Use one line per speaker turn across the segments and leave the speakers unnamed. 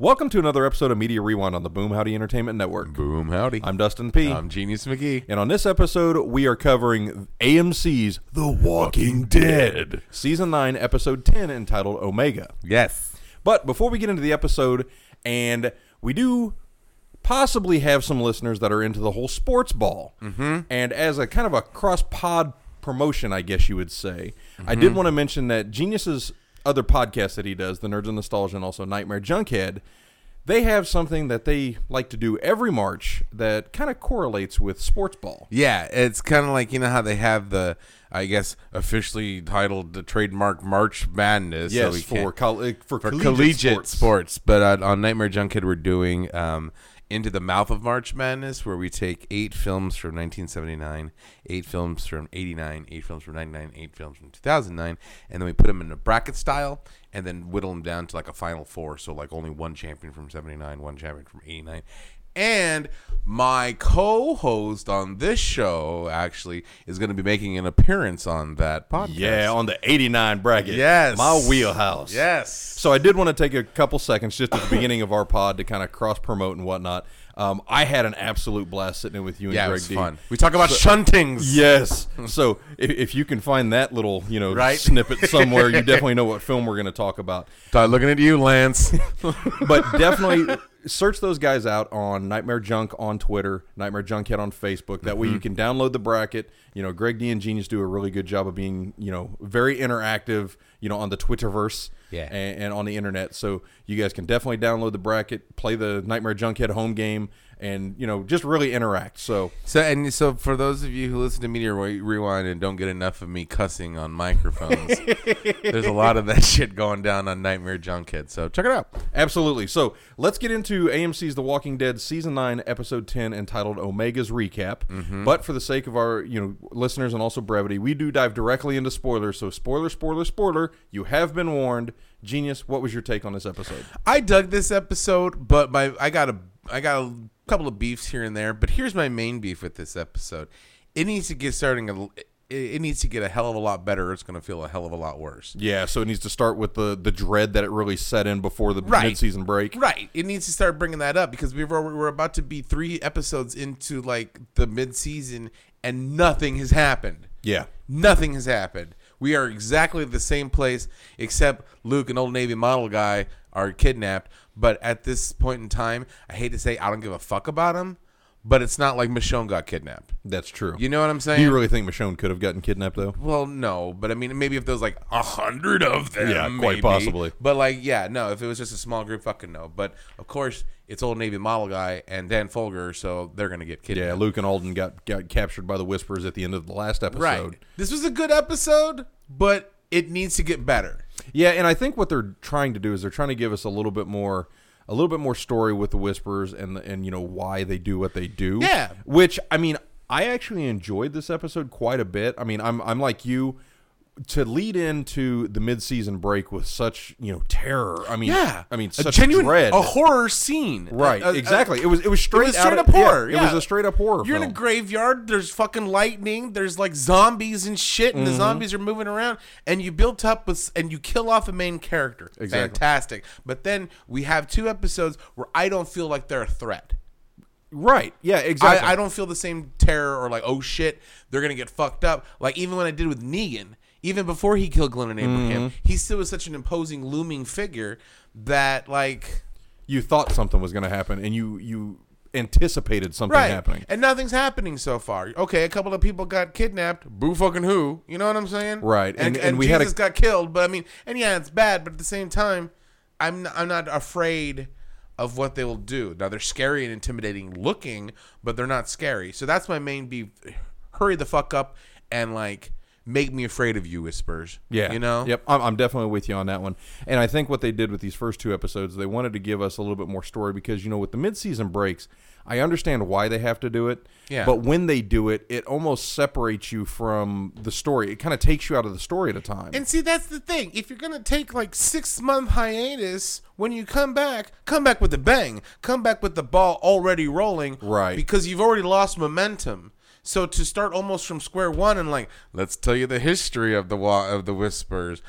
Welcome to another episode of Media Rewind on the Boom Howdy Entertainment Network.
Boom, howdy.
I'm Dustin P.
I'm Genius McGee.
and on this episode, we are covering AMC's The Walking Dead, Season 9, Episode 10, entitled Omega.
Yes.
But before we get into the episode, and we do possibly have some listeners that are into the whole sports ball, mm-hmm. and as a kind of a cross pod promotion, I guess you would say, I did want to mention that Genius's other podcast that he does, the Nerds and Nostalgia, and also Nightmare Junkhead. They have something that they like to do every March that kind of correlates with sports ball.
Yeah, it's kind of like you know how they have the, I guess, officially titled the trademark March Madness. so
Yes,
we
for,
can't-
col- uh, for
for
collegiate, sports.
But uh, on Nightmare Junkhead, we're doing um, Into the Mouth of March Madness, where we take eight films from 1979, eight films from 89, eight films from 99, eight films from 2009, and then we put them in a bracket style and then whittle them down to like a final four. So, like, only one champion from 79, one champion from 89. And my co host on this show actually is going to be making an appearance on that podcast.
Yeah, on the 89 bracket.
Yes.
My wheelhouse.
Yes.
So I did want to take a couple seconds just at the beginning of our pod to kind of cross promote and whatnot. Um, I had an absolute blast sitting in with you and
Yeah, it
Greg
was
D.
fun. We talk about shuntings.
Yes. So if, if you can find that little, you know,
Right?
snippet somewhere, you definitely know what film we're going to talk about.
Start looking at you, Lance.
But definitely search those guys out on Nightmare Junk on Twitter, Nightmare Junkhead on Facebook. That way you can download the bracket. You know, Greg D and Genius do a really good job of being, you know, very interactive, you know, on the Twitterverse
Yeah.
and, and on the internet. So you guys can definitely download the bracket, play the Nightmare Junkhead home game, and, you know, just really interact. So
so, and so for those of you who listen to Media Re- Rewind and don't get enough of me cussing on microphones, there's a lot of that shit going down on Nightmare Junkhead. So check it out.
Absolutely. So let's get into AMC's The Walking Dead season nine, episode ten, entitled "Omega's Recap." But for the sake of our you know listeners and also brevity, we do dive directly into spoilers. So spoiler, spoiler, spoiler. You have been warned. Genius. What was your take on this episode?
I dug this episode, but my I got a I got a couple of beefs here and there. But here's my main beef with this episode: it needs to get starting. A, it, it needs to get a hell of a lot better. Or it's going to feel a hell of a lot worse.
Yeah. So it needs to start with the the dread that it really set in before the
Right.
mid-season break.
Right. It needs to start bringing that up because we've already, we're about to be three episodes into like the mid season and nothing has happened.
Yeah.
Nothing has happened. We are exactly the same place except Luke and Old Navy model guy are kidnapped. But at this point in time, I hate to say I don't give a fuck about him, but it's not like Michonne got kidnapped.
That's true.
You know what I'm saying?
do you really think Michonne could have gotten kidnapped though?
Well, no, but I mean, maybe if there was like a hundred of them,
Yeah, quite
maybe.
possibly.
But like, yeah, no, if it was just a small group, fucking no. But of course, it's old Navy model guy and Dan Folger, so they're gonna get kidnapped.
Yeah. Luke and Alden got got captured by the Whispers at the end of the last episode.
right. This was a good episode, but it needs to get better.
Yeah, and I think what they're trying to do is they're trying to give us a little bit more a little bit more story with the whisperers and the, and you know why they do what they do.
Yeah.
Which I mean, I actually enjoyed this episode quite a bit. I mean, I'm I'm like you to lead into the mid-season break with such, you know, terror. I mean,
Yeah,
I mean,
a
such
genuine
dread.
a horror scene.
right,
A- a-
exactly. it was it was straight,
was
out
straight
of-
up horror,
yeah,
yeah.
It was a straight up horror.
You're in
film.
a graveyard. There's fucking lightning. There's like zombies and shit, and the
Mm-hmm.
zombies are moving around. And you built up with, and you kill off a main character.
Exactly.
Fantastic. But then we have two episodes where I don't feel like they're a threat.
right. Yeah, exactly.
I, I don't feel the same terror or like, oh shit, they're gonna get fucked up. Like even when I did with Negan, even before he killed Glenn and
Mm-hmm.
Abraham, he still was such an imposing, looming figure that like
you thought something was going to happen and you you anticipated something
right
happening.
and nothing's happening so far. Okay, a couple of people got kidnapped. Boo fucking who? You know what I'm saying?
Right,
And
and-
and,
and we had a-
Jesus got killed, but I mean, and yeah, it's bad, but at the same time, I'm n- I'm not afraid of what they will do. Now they're scary and intimidating looking, but they're not scary. So that's my main beef. Hurry the fuck up and like make me afraid of you, whispers.
Yeah.
you know.
Yep. I'm, I'm definitely with you on that one. And I think what they did with these first two episodes, they wanted to give us a little bit more story because, you know, with the midseason breaks, I understand why they have to do it.
Yeah.
But when they do it, it almost separates you from the story. It kind of takes you out of the story at a time.
And see, that's the thing. If you're gonna take like six month hiatus, when you come back, come back with a bang. Come back with the ball already rolling,
Right.
Because you've already lost momentum. So to start almost from square one and like, let's tell you the history of the wa- of the whispers.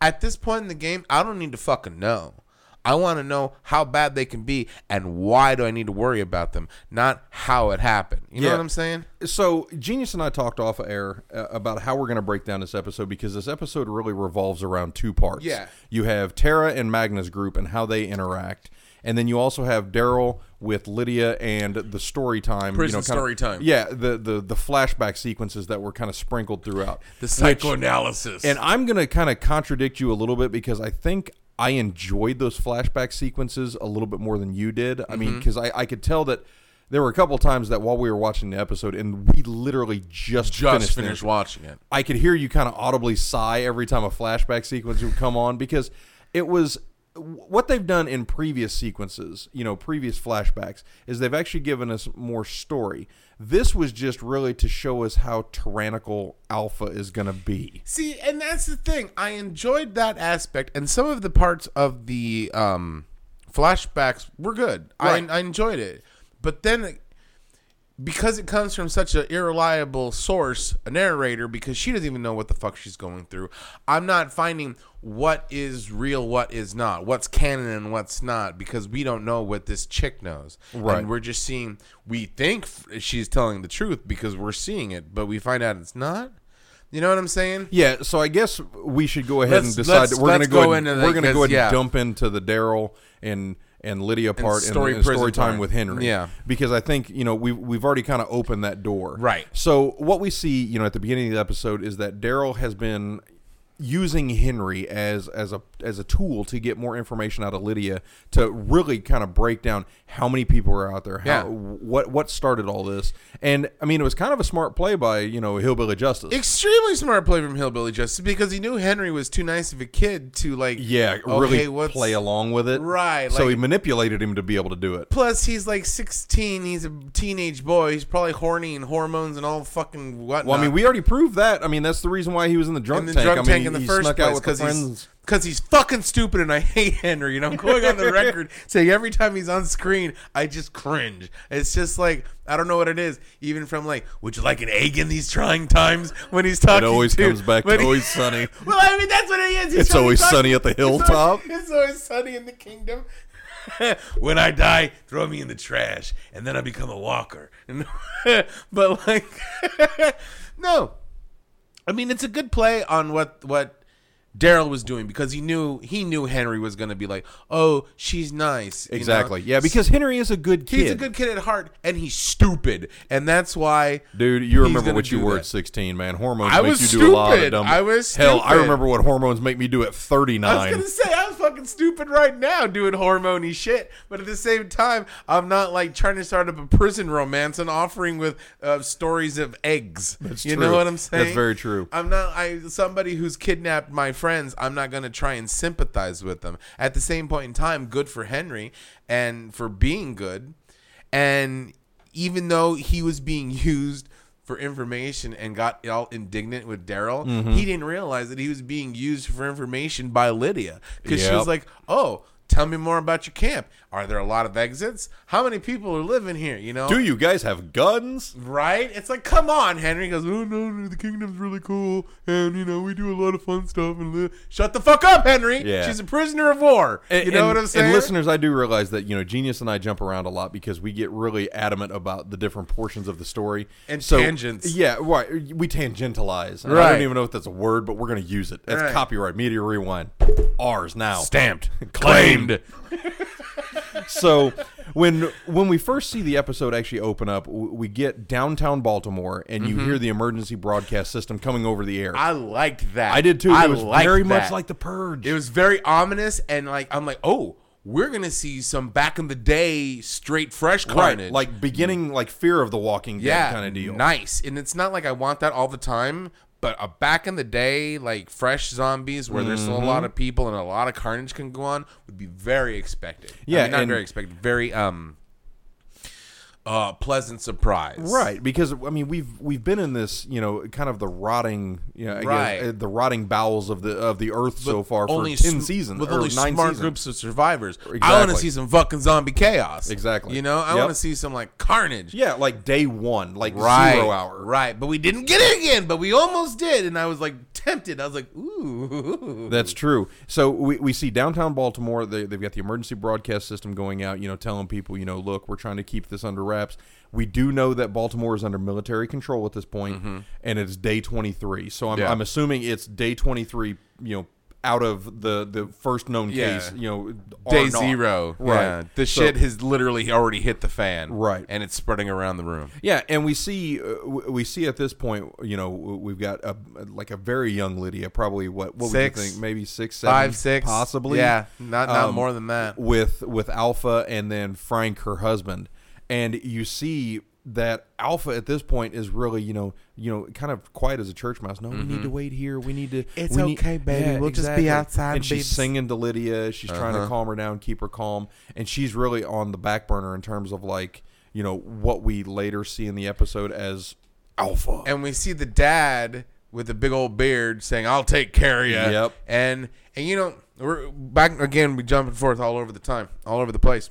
At this point in the game, I don't need to fucking know. I want to know how bad they can be and why do I need to worry about them, not how it happened. You know
Yeah.
what I'm saying?
So, Genius and I talked off air uh, about how we're going to break down this episode because this episode really revolves around two parts.
Yeah.
You have Tara and Magna's group and how they interact. And then you also have Daryl with Lydia and the story time. you
Prison
know, kinda-
story time.
Yeah, the, the, the flashback sequences that were kind of sprinkled throughout.
The
which-
psychoanalysis.
and I'm going to kind of contradict you a little bit because I think I enjoyed those flashback sequences a little bit more than you did. I
Mm-hmm.
mean, because I, I could tell that there were a couple times that while we were watching the episode and we literally just,
just
finished,
finished
this,
watching it.
I could hear you kind of audibly sigh every time a flashback sequence would come on because it was what they've done in previous sequences, you know, previous flashbacks, is they've actually given us more story. This was just really to show us how tyrannical Alpha is going to be.
See, and that's the thing. I enjoyed that aspect, and some of the parts of the um, flashbacks were good.
Right.
I, I enjoyed it, but then because it comes from such an irreliable source, a narrator, because she doesn't even know what the fuck she's going through. I'm not finding what is real, what is not, what's canon and what's not, because we don't know what this chick knows.
Right.
And we're just seeing. We think f- she's telling the truth because we're seeing it, but we find out it's not. You know what I'm saying?
Yeah, so I guess we should go ahead
Let's-
and decide
let's-
that we're going to
let's
go,
go
ahead,
into the-
we're going to go ahead
yeah.
and jump into the Daryl and and Lydia part and
story
and story,
prison
time
part.
with Henry.
Yeah.
because I think you know we have we've already kind of opened that door.
Right.
So what we see, you know, at the beginning of the episode is that Daryl has been using Henry as as a as a tool to get more information out of Lydia to really kind of break down how many people are out there, how,
Yeah.
what what started all this, and I mean it was kind of a smart play by you know Hillbilly Justice.
extremely smart play from Hillbilly Justice because he knew Henry was too nice of a kid to like
Yeah,
okay,
really
what's-
play along with it.
Right,
so
like-
he manipulated him to be able to do it.
Plus, he's like 16. He's a teenage boy. He's probably horny and hormones and all fucking whatnot.
Well, I mean, we already proved that. I mean, that's the reason why he was in the drunk
in the
tank.
drug
I mean,
tank
he,
in the
he
first
snuck
place
out with the
because
friends.
he's because he's fucking stupid and I hate Henry. And I'm going on the record saying every time he's on screen, I just cringe. It's just like I don't know what it is. Even from like, would you like an egg in these trying times? When he's talking,
always
to-
comes back to
when he-
always sunny.
well, I mean, that's what he is. He's
It's
trying to
always
talk-
sunny at the
It's always-
hilltop.
It's always sunny in the kingdom. when I die, throw me in the trash, and then I become a walker. but like, no, I mean it's a good play on what what Daryl was doing because he knew he knew Henry was going to be like, oh, she's nice, you know?
Exactly. Yeah, because Henry is a good kid.
He's a good kid at heart, and he's stupid, and that's why.
Dude, you
he's
remember
gonna
what you
do
were
that.
at 16, man. Hormones
I
make
was
you do a lot of
stupid.
dumb
I was
Hell, I
stupid.
remember what hormones make me do at
I was
39.
gonna say I was fucking stupid right now doing hormony shit, but at the same time, I'm not like trying to start up a prison romance and offering with uh, stories of eggs. That's you know
true.
what I'm saying?
That's very true.
I'm not I somebody who's kidnapped my friends. I'm not gonna try and sympathize with them. At the same point in time, good for Henry and for being good, and even though he was being used. For information and got all indignant with Daryl, he didn't realize that he was being used for information by Lydia because she
Yep.
was like, "Oh, tell me more about your camp. Are there a lot of exits? How many people are living here? You know,
do you guys have guns?
Right? It's like, come on, Henry. He goes, oh no, no, the kingdom's really cool, and you know we do a lot of fun stuff. And li-. shut the fuck up, Henry.
Yeah.
She's a prisoner of war. you know
and,
what I'm saying?
And listeners, I do realize that you know Genius and I jump around a lot because we get really adamant about the different portions of the story
And tangents.
Yeah, right. We tangentialize. And I
Right.
don't even know if that's a word, but we're going to use it. That's
Right.
copyright media rewind. Ours now.
Stamped. Claimed.
so when when we first see the episode actually open up, w- we get downtown Baltimore, and
Mm-hmm.
you hear the emergency broadcast system coming over the air. I,
I liked that.
did too.
I
it was
liked
very much
that.
like the Purge.
It was very ominous, and like I'm like, oh, we're gonna see some back in the day, straight fresh
right,
carnage,
like beginning like Fear of the Walking Dead
yeah,
kind of deal.
Nice. And it's not like I want that all the time, but a back in the day, like fresh zombies where there's still a
Mm-hmm.
lot of people and a lot of carnage can go on would be very expected. I
Yeah,
mean, not
and-
very expected. Very um uh, pleasant surprise.
Right, because I mean we've we've been in this you know kind of the rotting you know, I guess,
Right.
uh, the rotting bowels of the of the earth so far for
only
ten
sm-
seasons
with
or
only
nine
smart
seasons.
groups of survivors. I want to
Exactly.
see some fucking zombie chaos.
Exactly.
You know, I
Yep.
want to see some like carnage.
Yeah, like day one, like
Right.
zero hour.
Right. But we didn't get it again. But we almost did, and I was like tempted. I was like, ooh.
That's true. So we, we see downtown Baltimore, they, they've got the emergency broadcast system going out, you know, telling people, you know, look, we're trying to keep this under wraps. We do know that Baltimore is under military control at this point, and it's day 23. So I'm,
Mm-hmm. Yeah.
I'm assuming it's day 23, you know, out of the, the first known
Yeah.
case, you know, or
Day
not.
zero.
Right.
Yeah. The
So-
shit has literally already hit the fan.
Right.
And it's spreading around the room.
Yeah, and we see uh, w- we see at this point, you know, w- we've got a like a very young Lydia, probably what what
Six.
would you think, maybe six, seven,
Five, six.
possibly,
Yeah. Not not
Um,
more than that.
with with Alpha and then Frank, her husband, and you see that Alpha at this point is really you know you know kind of quiet as a church mouse. No,
Mm-hmm.
we need to wait here. We need to.
It's
we need-
okay, baby. We'll just be outside,
And she's
babes.
singing to Lydia. She's trying
Uh-huh.
to calm her down, keep her calm, and she's really on the back burner in terms of like you know what we later see in the episode as Alpha.
and we see the dad with the big old beard saying, "I'll take care of you."
Yep.
And and you know we're back again. We jump and forth all over the time, all over the place.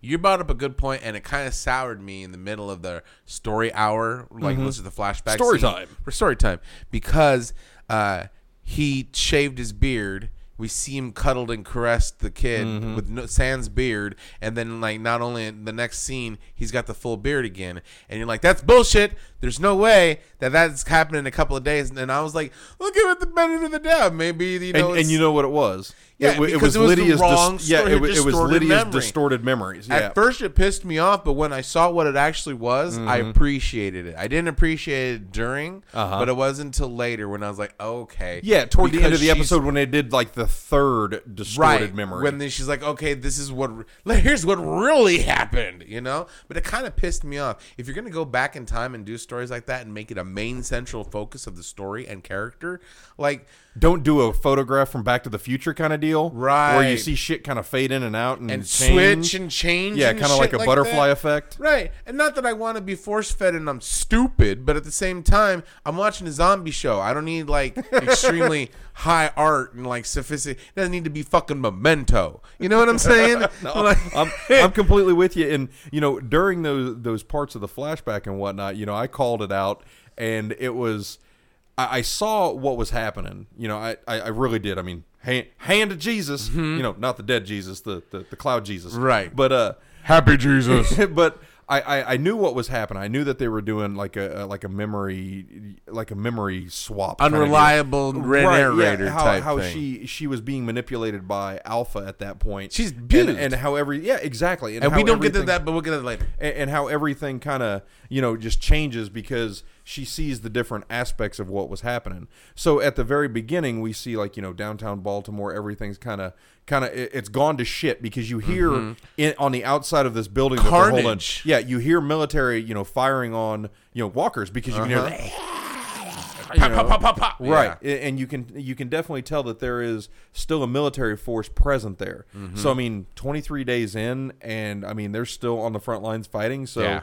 You brought up a good point, and it kind of soured me in the middle of the story hour, like this is the flashback
Story
scene.
time.
for Mm-hmm. story time because uh, he shaved his beard. We see him cuddled and caressed the kid
Mm-hmm.
with no, Sans beard, and then like not only in the next scene he's got the full beard again, and you're like, that's bullshit. There's no way that that's happened in a couple of days. And I was like, look at it the benefit of the doubt. Maybe you
and,
know,
and
it's-
you know what it was?
Yeah,
it, wa-
because it was the wrong
yeah,
story,
it, wa- it was
distorted
Lydia's
memory.
distorted memories. Yeah.
At first, it pissed me off, but when I saw what it actually was, I
Mm-hmm.
appreciated it. I didn't appreciate it during, but it wasn't until later when I was like, okay.
Uh-huh. Yeah, toward the end
Because
of the
she's-
episode when they did like the third distorted
Right
memory.
when then she's like, "Okay, this is what, re- here's what really happened," you know. But it kind of pissed me off. If you're gonna go back in time and do stories like that and make it a main central focus of the story and character, like
Don't do a photograph from Back to the Future kind of deal, Where you
Right.
see shit kind of fade in and out and,
and
change.
switch and change,
yeah,
and
kind of like
shit
a butterfly
that.
effect.
Right. And not that I want to be force fed and I'm stupid, but at the same time, I'm watching a zombie show. I don't need like extremely high art and like sophisticated. It doesn't need to be fucking memento. You know what I'm saying? Like-
I'm, I'm completely with you. And you know, during those those parts of the flashback and whatnot, you know, I called it out, and it was I, I saw what was happening. You know, I I, I really did. I mean, hand, hand to Jesus. You know, not the dead Jesus, the the, the cloud Jesus.
Mm-hmm. Right.
But uh,
Happy Jesus.
but I, I, I knew what was happening. I knew that they were doing like a, a like a memory like a memory swap. kinda deal.
Unreliable narrator
how,
type
how
thing.
she she was being manipulated by Alpha at that point.
She's
And-
abused.
and, how every yeah exactly.
and
how
we don't get to
everything-
that, but we'll get to that later.
and, and how everything kind of you know just changes because she sees the different aspects of what was happening. So at the very beginning, we see like you know downtown Baltimore, everything's kind of kind of it's gone to shit because you hear in, on the outside of this building that they're holding-
Mm-hmm. Carnage.
yeah, you hear military you know firing on you know walkers because you
Uh-huh.
can hear.
Pop, pop, pop, pop, pop.
Right, A- and you can you can definitely tell that there is still a military force present there.
Mm-hmm.
So I mean, 23 days in, and I mean they're still on the front lines fighting. So
Yeah.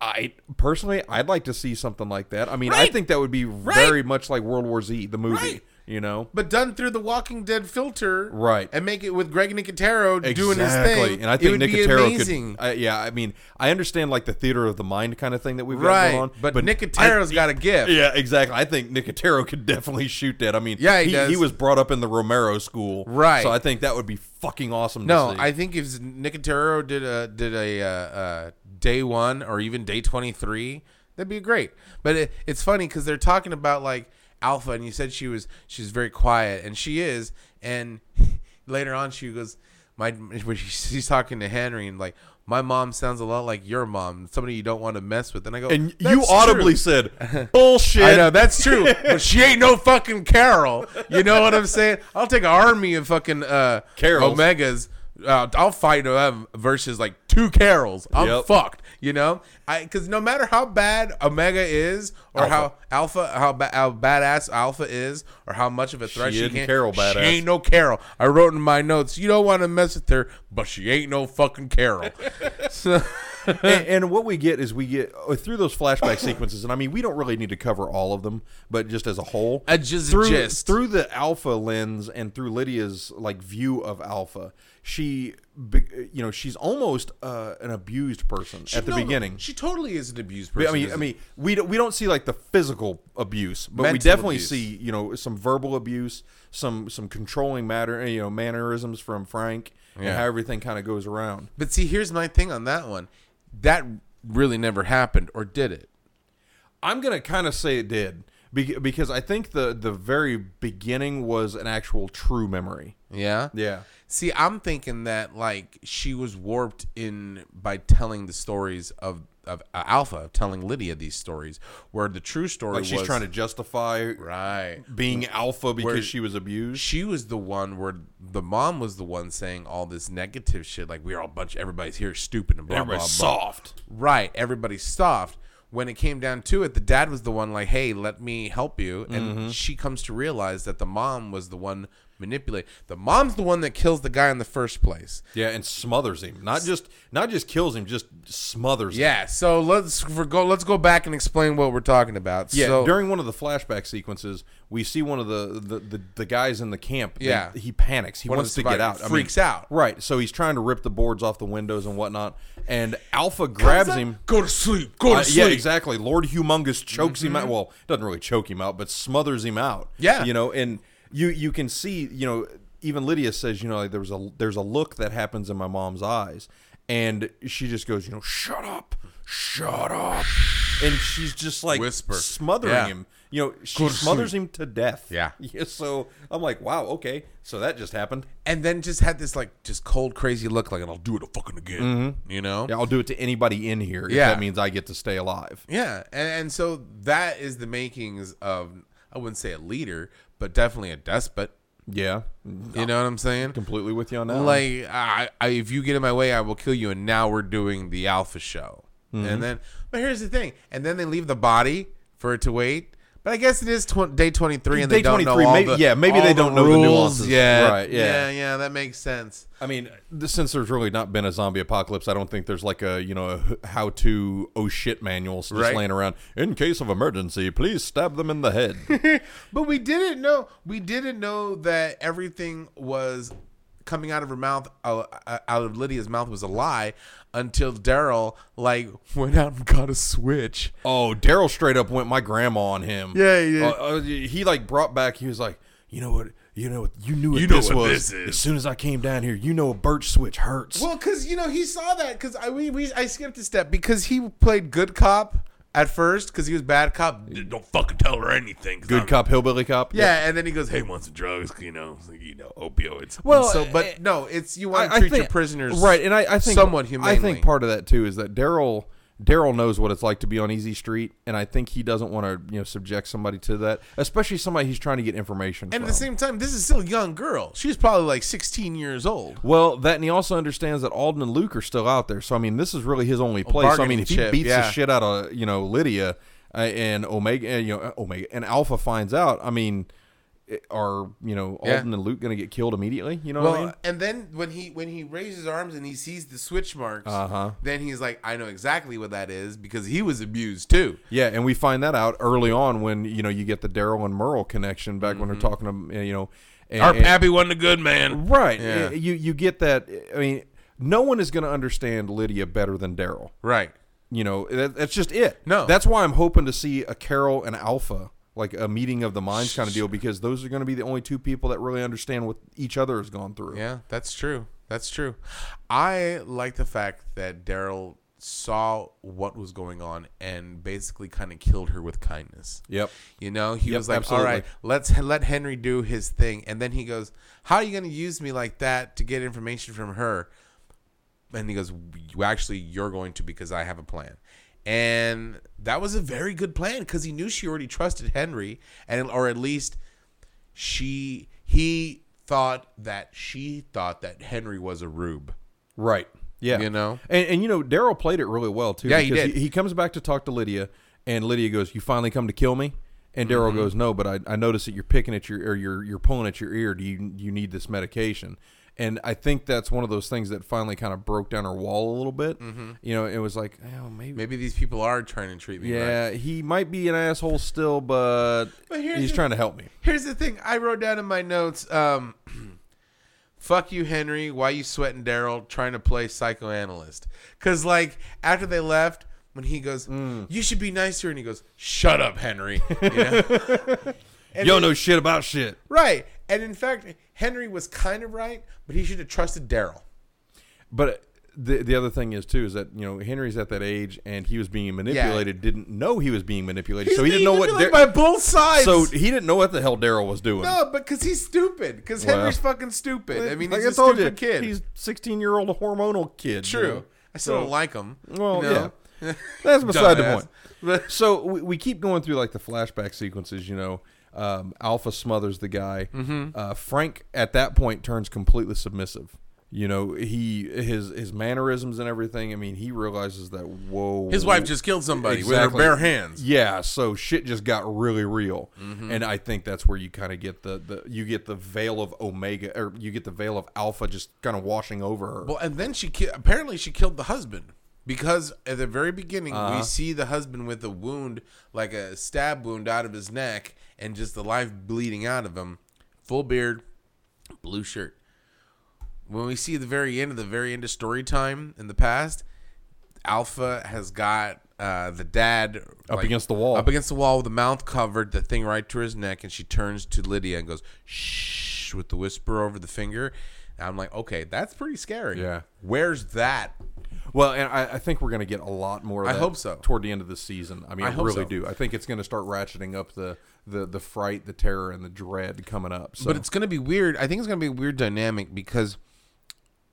I personally, I'd like to see something like that. I mean, I
Right.
think that would be very much like World War Z, the movie.
Right.
You know,
But done through the Walking Dead filter,
Right.
And make it with Greg Nicotero doing his
Exactly.
thing,
and I think
it would be
Nicotero
amazing.
could. I yeah, I mean, I understand like the theater of the mind kind of thing that we've got
right?
going on,
but
but
Nicotero's got a gift.
Yeah, exactly. I think Nicotero could definitely shoot that. I mean,
Yeah, he
he,
does.
was brought up in the Romero school,
Right.
So I think that would be fucking awesome.
No,
to see.
I think if Nicotero did a did a uh, uh, day one or even day twenty three, that'd be great. But it, it's funny because they're talking about like Alpha, and you said she was she's very quiet, and she is. And later on, she goes, my when she, she's talking to Henry and like. My mom sounds a lot like your mom, somebody you don't want to mess with. And I go,
and
"That's
you audibly
true."
said bullshit.
I know that's true, but she ain't no fucking Carol. You know what I'm saying? I'll take an army of fucking uh,
Carols.
Omegas. Uh, I'll fight them versus like two Carols. I'm
Yep.
fucked. You know, I because no matter how bad Omega is, or how Alpha, how ba- how badass Alpha is, or how much of a threat she,
isn't
can,
Carol
she
badass.
ain't no Carol. I wrote in my notes, you don't want to mess with her, but she ain't no fucking Carol. so,
and, and what we get is we get uh, through those flashback sequences, and I mean, we don't really need to cover all of them, but just as a whole,
Uh, just-
through
just.
through the Alpha lens and through Lydia's like view of Alpha, she, be- you know, she's almost uh, an abused person at the
No, no,
beginning.
she totally is an abused
But,
person.
I mean, I
isn't
mean, we don't, we don't see like the physical abuse, but we
Mental
definitely
abuse.
see you know some verbal abuse, some some controlling matter, you know, mannerisms from Frank, and
Yeah.
how everything kind of goes around.
But see, here's my thing on that one. That really never happened, or did it?
I'm gonna kind of say it did be- because I think the the very beginning was an actual true memory.
Yeah.
Yeah,
See, I'm thinking that like she was warped in by telling the stories of of uh, Alpha, telling Lydia these stories, where the true story
like she's
was-
trying to justify
right.
being alpha because
Where-
she was abused.
She was the one where the mom was the one saying all this negative shit, like we're all a bunch, everybody's here stupid and blah
Everybody's
blah blah.
soft.
Right, everybody stopped. When it came down to it, the dad was the one like, "Hey, let me help you," and she comes to realize that the mom was the one manipulate. The mom's the one that kills the guy in the first place.
Yeah, and smothers him. Not just not just kills him, just smothers. him.
Yeah, so let's for go. Let's go back and explain what we're talking about.
Yeah,
so,
during one of the flashback sequences, we see one of the the, the, the guys in the camp. they-
Yeah.
he panics. He
One of
wants
the
to get
survivors
out. I
freaks out.
Right, so he's trying to rip the boards off the windows and whatnot. And Alpha grabs him.
Go to sleep. Go to
Uh,
sleep. Mm-hmm.
yeah, exactly. Lord Humongous chokes him out. Well, doesn't really choke him out, but smothers him out.
Yeah.
you know, and you you can see, you know, even Lydia says, you know, like, there was a there's a look that happens in my mom's eyes, and she just goes, you know, shut up, shut up, and she's just like
Whisper.
smothering
Yeah.
him. You know, she smothers him to death.
Yeah.
yeah. So I'm like, wow, okay, so that just happened.
And then just had this like just cold, crazy look, like, and I'll do it fucking again. You know.
Yeah, I'll do it to anybody in here.
Yeah.
if that means I get to stay alive.
Yeah, and, and so that is the makings of I wouldn't say a leader, but definitely a despot.
Yeah,
You know what I'm saying?
completely with you on that. one.
Like, I, I, if you get in my way, I will kill you. And now we're doing the alpha show.
Mm-hmm.
And then, but here's the thing. And then they leave the body for it to wait. But I guess it is tw- day 23, and
Day
they don't know
23,
all
maybe-
the
yeah, maybe
all
they don't know the
rules
nuances.
yet.
Right, yeah.
yeah, that makes sense.
I mean, th- since there's really not been a zombie apocalypse, I don't think there's like a you know a how-to oh shit manual just
Right.
laying around. In case of emergency, please stab them in the head.
But we didn't know. We didn't know that everything was coming out of her mouth, uh, uh, out of Lydia's mouth, was a lie until Daryl like went out and got a switch.
oh, Daryl straight up went my grandma on him.
Yeah, he did.
Uh, uh, he like brought back. He was like, you know what, you know what, you knew what
You know
this
what
was
this is."
as soon as I came down here. You know a birch switch hurts.
Well, because you know he saw that because I we, we I skipped a step because he played good cop at first because he was bad cop.
D- Don't fucking tell her anything. 'cause
Good
I'm-
cop, hillbilly cop.
Yeah, and then he goes, "Hey,
He wants the drugs, you know, you know, opioids.
Well,
so but no, it's you want
I,
to
I
treat
think
your prisoners
right, and I, I think
somewhat
I
humanely.
think part of that too is that Daryl Daryl knows what it's like to be on Easy Street, and I think he doesn't want to you know subject somebody to that, especially somebody he's trying to get information
And
from.
at the same time, this is still a young girl. She's probably like 16 years old.
well, that and he also understands that Alden and Luke are still out there, so I mean this is really his only place. I mean
bargaining
if he
chip,
beats the
yeah.
shit out of you know Lydia uh, and Omega, and, you know uh, Omega and Alpha finds out, I mean. it- Are you know
Yeah.
Alden and Luke going to get killed immediately? You know what I mean?
Well, uh, and then when he when he raises his arms and he sees the switch marks,
Uh-huh.
then he's like, "I know exactly what that is because he was abused too."
Yeah, and we find that out early on when you know you get the Daryl and Merle connection back when they're
Mm-hmm.
talking to uh, you know, and,
Our
and-
pappy wasn't a good man.
right? eh,
Yeah.
You you get that. eh, I mean, no one is going to understand Lydia better than Daryl.
Right.
You know, that, that's just it.
No.
that's why I'm hoping to see a Carol and Alpha like a meeting of the minds kind of deal because those are going to be the only two people that really understand what each other has gone through.
Yeah, that's true. That's true. I like the fact that Daryl saw what was going on and basically kind of killed her with kindness.
Yep.
You know, he
Yep,
was like,
absolutely.
"All right, let's let Henry do his thing," and then he goes, "How are you going to use me like that to get information from her?" And he goes, "You actually, you're going to because I have a plan." And that was a very good plan because he knew she already trusted Henry, and or at least she he thought that she thought that Henry was a rube.
Right. Yeah.
You know?
And, and you know, Daryl played it really well too.
Yeah, he
because
did.
He, comes back to talk to Lydia, and Lydia goes, "You finally come to kill me." And Daryl
Mm-hmm.
goes, "No, but I, I notice that you're picking at your or you're you're pulling at your ear. Do you you need this medication?" And I think that's one of those things that finally kind of broke down her wall a little bit.
Mm-hmm.
You know, it was like, oh, maybe.
Maybe these people are trying to treat me right.
Yeah, he might be an asshole still, but,
But here's
he's
the-
trying to help me.
Here's the thing I wrote down in my notes. Um, fuck you, Henry. Why you sweating Daryl trying to play psychoanalyst? Because, like, after they left, when he goes,
Mm.
you should be nicer, and he goes, shut up, Henry. You know?
you don't know shit about shit.
right. And in fact, Henry was kind of right, but he should have trusted Daryl.
But the the other thing is too is that you know Henry's at that age and he was being manipulated. Didn't know he was being manipulated, so he didn't know what.
Like
Dar-
by both sides.
so he didn't know what the hell Daryl was doing.
no, but because he's stupid. Because
Well.
Henry's fucking stupid. I mean,
Like
he's a
told
stupid kid.
He's sixteen year old hormonal kid. you
true.
know?
I still don't like him.
Well,
you know?
yeah, that's beside the
Dumbass.
point. So we, we keep going through like the flashback sequences. You know, um, Alpha smothers the guy. Uh, Frank at that point turns completely submissive. You know, he his his mannerisms and everything. I mean, he realizes that whoa,
His wife just killed somebody with her
Exactly.
bare hands.
Yeah, so shit just got really real, and I think that's where you kind of get the, the you get the veil of Omega, or you get the veil of Alpha just kind of washing over her.
Well, and then she ki- apparently she killed the husband because at the very beginning
Uh-huh.
we see the husband with a wound, like a stab wound out of his neck, and just the life bleeding out of him, full beard, blue shirt. When we see the very end of the very end of story time in the past, Alpha has got uh, the dad
Up against the wall.
up against the wall with the mouth covered, the thing right to his neck, and she turns to Lydia and goes shh with the whisper over the finger. And I'm like, okay, that's pretty scary.
Yeah.
where's that?
Well, and I, I think we're going to get a lot more. Of
I
that
hope so.
Toward the end of the season, I mean, I,
hope
really
so.
do. I think it's going to start ratcheting up the, the the fright, the terror, and the dread coming up. So.
But it's gonna be weird. I think it's gonna be a weird dynamic because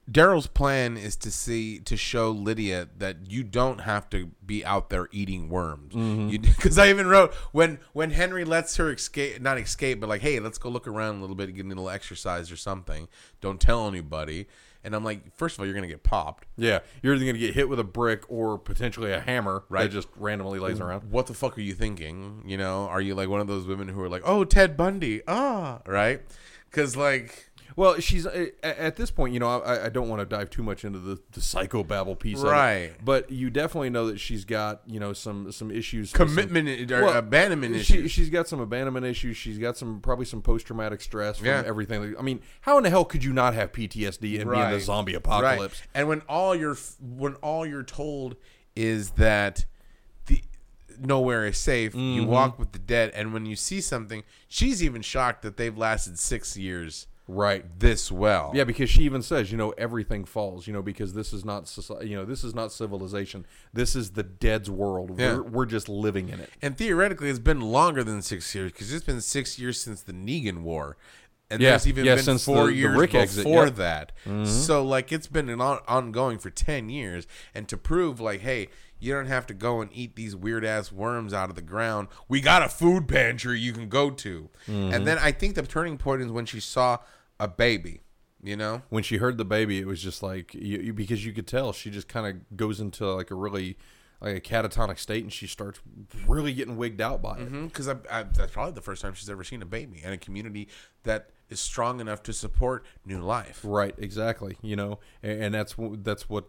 Daryl's plan is to see to show Lydia that you don't have to be out there eating worms. Because I even wrote when when Henry lets her escape, not escape, but like, hey, let's go look around a little bit, get a little exercise or something. Don't tell anybody. And I'm like, first of all, you're gonna get popped.
yeah, you're either going to get hit with a brick or potentially a hammer
Right.
that
Mm-hmm.
just randomly lays around.
What the fuck are you thinking? You know, are you like one of those women who are like, oh, Ted Bundy, ah, right? Because like.
Well, she's a- a- at this point, you know, I, I don't want to dive too much into the, the psychobabble piece, of it,
Right.
but you definitely know that she's got you know some some issues,
Commitment or abandonment
She,
issues.
she's got some abandonment issues. She's got some probably some post traumatic stress from
Yeah.
everything. I mean, how in the hell could you not have PTSD and be in the
Right.
zombie apocalypse?
Right. And when all you're when all you're told is that the nowhere is safe,
Mm-hmm.
you walk with the dead. And when you see something, she's even shocked that they've lasted six years
Right.
this well.
Yeah, because she even says, you know, everything falls, you know, because this is not society, you know, this is not civilization. This is the dead's world.
Yeah.
We're, we're just living in it.
And theoretically, it's been longer than six years because it's been six years since the Negan War, and
Yeah.
there's even
Yeah,
been
since
four
the- the
years
Rick exit,
before
yep. Mm-hmm.
that. So like, it's been an on- ongoing for ten years, and to prove like, hey, you don't have to go and eat these weird ass worms out of the ground. We got a food pantry you can go to,
Mm-hmm.
and then I think the turning point is when she saw a baby. You know,
When she heard the baby, it was just like you, you, because you could tell she just kind of goes into like a really like a catatonic state, and she starts really getting wigged out by it.
because Mm-hmm. I, I, that's probably the first time she's ever seen a baby in a community that is strong enough to support new life.
Right, exactly. You know, and, and that's wh- that's what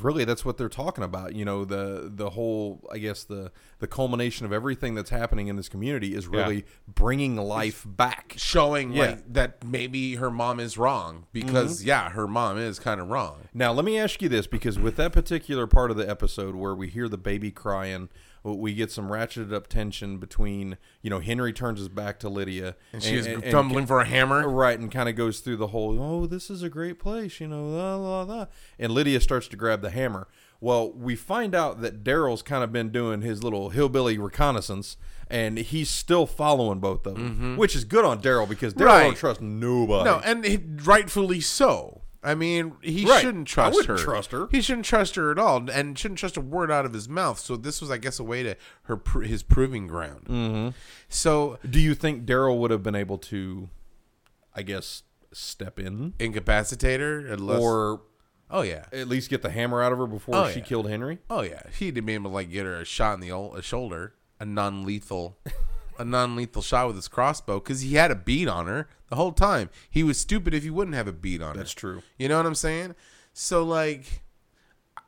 really that's what they're talking about. You know, the the whole I guess the the culmination of everything that's happening in this community is really bringing life back.
showing
Yeah. Mm-hmm.
like that maybe her mom is wrong because yeah, her mom is kind of wrong.
Now, let me ask you this because with that particular part of the episode where we hear the baby crying, we get some ratcheted up tension between, you know, Henry turns his back to Lydia and
She's
and-
tumbling for a hammer.
Right, and kind of goes through the whole, oh, this is a great place, you know, la la la. And Lydia starts to grab the hammer. Well, we find out that Daryl's kind of been doing his little hillbilly reconnaissance, and he's still following both of them, which is good on Daryl because Daryl don't
Mm-hmm. Right.
trust nobody.
No, and he, rightfully so. I mean, he
Right.
shouldn't
I
trust
wouldn't
her.
trust her.
He shouldn't trust her at all, and shouldn't trust a word out of his mouth. So this was, I guess, a way to her pr- his proving ground. Mm-hmm. So
Do you think Daryl would have been able to, I guess, step in
incapacitator, unless,
or
oh yeah,
at least get the hammer out of her before
Oh,
she
yeah.
killed Henry?
oh yeah, he'd be able to like get her a shot in the ol- shoulder, a non-lethal a non-lethal shot with his crossbow because he had a bead on her the whole time. He was stupid if he wouldn't have a bead on her.
That's true.
You know what I'm saying? So like,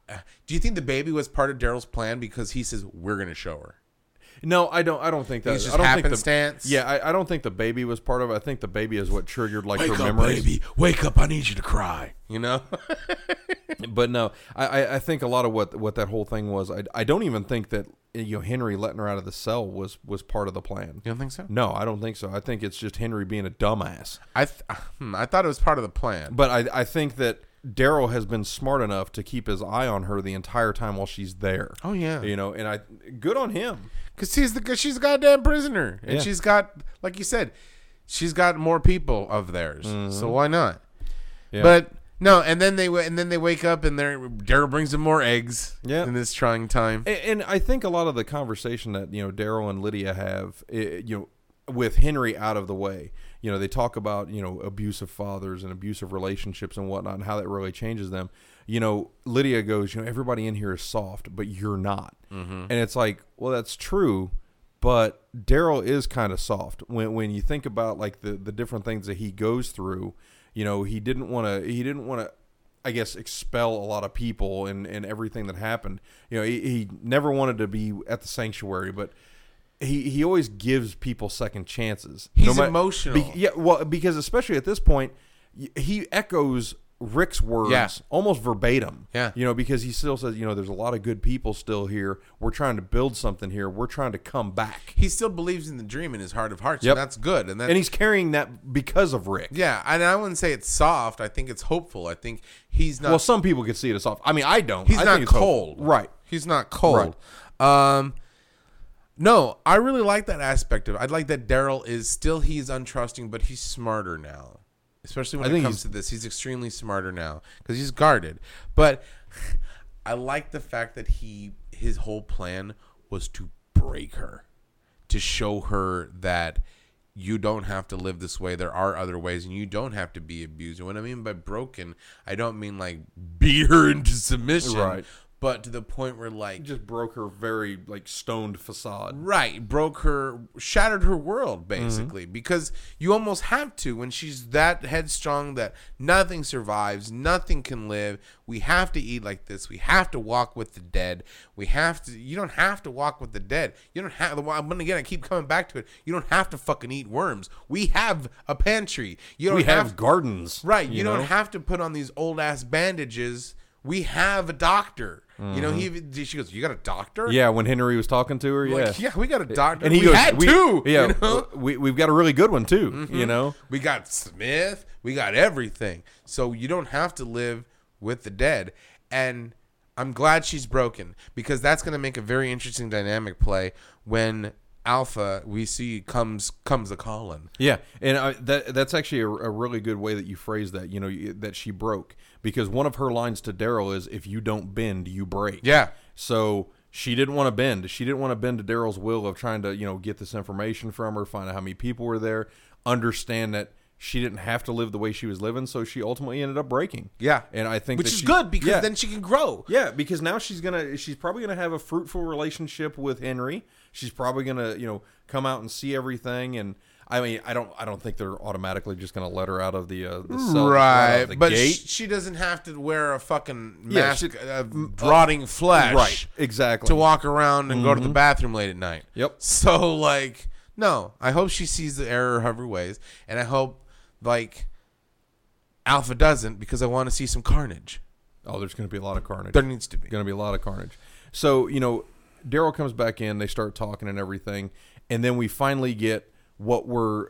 uh, do you think the baby was part of Daryl's plan because he says we're gonna show her?
No, I don't. I don't think that.
It's just
Uh, I don't Think
happenstance?
the, yeah, I, I don't think the baby was part of. it. I think the baby is what triggered like
Wake
her
up,
memories.
baby. Wake up. I need you to cry.
You know?
But no, I, I, I think a lot of what what that whole thing was. I, I don't even think that you know Henry letting her out of the cell was was part of the plan.
you don't think so?
No, I don't think so. I think it's just Henry being a dumbass.
I th- hmm, I thought it was part of the plan.
But I I think that Daryl has been smart enough to keep his eye on her the entire time while she's there.
Oh, yeah.
you know, and I good on him.
Cause he's the cause she's a goddamn prisoner, and
Yeah.
she's got like you said, she's got more people of theirs. So why not?
Mm-hmm. Yeah.
But no, and then they wa- and then they wake up and they're Daryl brings them more eggs.
Yeah.
in this trying time.
A- And, I think a lot of the conversation that you know Daryl and Lydia have, eh, you know, with Henry out of the way, you know, they talk about you know abusive fathers and abusive relationships and whatnot, and how that really changes them. You know, Lydia goes, you know, everybody in here is soft, but you're not, and it's like, well, that's true. But Daryl is kind of soft when, when you think about like the, the different things that he goes through. You know, he didn't want to he didn't want to I guess expel a lot of people and and everything that happened. You know, he, he never wanted to be at the sanctuary, but he he always gives people second chances.
He's
ma-
emotional.
be- yeah, well, because especially at this point, y- he echoes Rick's words
Yeah.
almost verbatim.
Yeah.
you know, because he still says, you know, there's a lot of good people still here. We're trying to build something here. We're trying to come back,
He still believes in the dream in his heart of hearts,
Yep.
and that's good. And that's
and he's carrying that because of Rick.
yeah, and I wouldn't say it's soft. I think it's hopeful. I think he's not.
Well, some people could see it as soft. I mean, I don't.
He's
I
not
think it's hope-
cold.
right?
He's not cold. Um no, I really like that aspect of it. I like that Daryl is still he's untrusting, but he's smarter now. Especially when
I
it
think
comes
he's-
to this. He's extremely smarter now because he's guarded. But I like the fact that he his whole plan was to break her. To show her that you don't have to live this way. There are other ways, and you don't have to be abused. And what I mean by broken, I don't mean like beat her into submission,
Right.
but to the point where like
Just broke her very like stoned facade.
right broke her shattered her world
Mm-hmm.
basically because you almost have to when she's that headstrong that nothing survives nothing can live we have to eat like this we have to walk with the dead we have to you don't have to walk with the dead you don't have the and again i keep coming back to it you don't have to fucking eat worms we have a pantry you don't
we
have,
have, gardens.
Right. You, don't
know?
have to put on these old ass bandages. We have a doctor. You
Mm-hmm.
know, he even- she goes, You got a doctor?
Yeah, when Henry was talking to her, yeah.
Like, yeah, we got a doctor.
And he
we
goes,
had
we,
two.
Yeah,
You know? Mm-hmm.
we, we've got a really good one too. You know,
We got Smith. We got everything. So you don't have to live with the dead. And I'm glad she's broken because that's going to make a very interesting dynamic play when Alpha we see comes comes a calling.
yeah, and I, that that's actually a, a really good way that you phrase that. You know, you- that she broke because one of her lines to Daryl is, "If you don't bend, you break."
Yeah.
So she didn't want to bend. She didn't want to bend to Daryl's will of trying to, you know, get this information from her, find out how many people were there, understand that she didn't have to live the way she was living. So she ultimately ended up breaking.
Yeah.
and I think
Which
that
is
she-
good because
yeah.
then she can grow.
Yeah, because now she's gonna she's probably gonna have a fruitful relationship with Henry. She's probably gonna you know come out and see everything. And I mean, I don't I don't think they're automatically just gonna let her out of the uh, the cell out
right,
of the
but
gate.
sh- she doesn't have to wear a fucking
Yeah,
mask
she-
of rotting flesh,
right, exactly.
To walk around and go to the bathroom late at night.
Mm-hmm. Yep.
So like, no, I hope she sees the error of her ways, and I hope like Alpha doesn't because I want to see some carnage.
oh, there's gonna be a lot of carnage.
There needs to be.
Going to be a lot of carnage. So you know, Daryl comes back in. They start talking and everything, and then we finally get what we're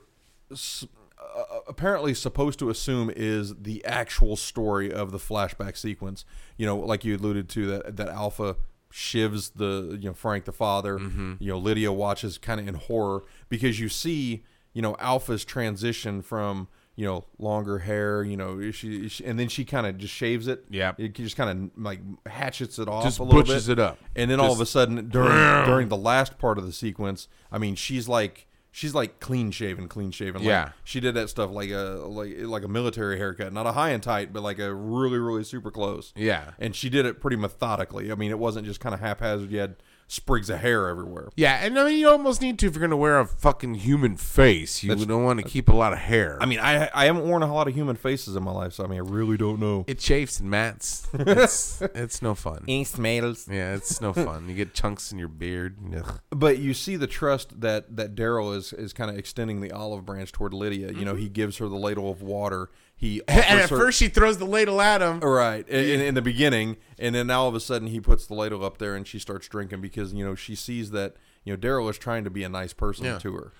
s- uh, apparently supposed to assume is the actual story of the flashback sequence. You know, like you alluded to that that Alpha shivs the you know Frank the father.
Mm-hmm.
You know, Lydia watches kind of in horror because you see you know Alpha's transition from. You know, longer hair. You know, she, she and then she kind of just shaves it.
Yep.
It just kind of like hatchets it off
Just
a little
butches
bit,
it up.
and then all of a sudden during during the last part of the sequence, I mean, she's like she's like clean shaven, clean shaven. Like,
Yeah.
she did that stuff like a like like a military haircut, not a high and tight, but like a really really super close.
Yeah.
and she did it pretty methodically. I mean, it wasn't just kind of haphazard. You had sprigs of hair everywhere.
Yeah, and I mean, you almost need to if you're going to wear a fucking human face. You don't want to keep a lot of hair.
I mean, I I haven't worn a lot of human faces in my life, so I mean, I really don't know.
it chafes and mats. It's, it's no fun.
It smells.
Yeah, it's no fun. You get chunks in your beard. Ugh.
But you see the trust that that Daryl is is kind of extending the olive branch toward Lydia. You know, he gives her the ladle of water. He
And at
offers her-
first, she throws the ladle at him.
Right in, in- in the beginning, and then now all of a sudden he puts the ladle up there and she starts drinking because you know she sees that you know Daryl is trying to be a nice person
Yeah.
to her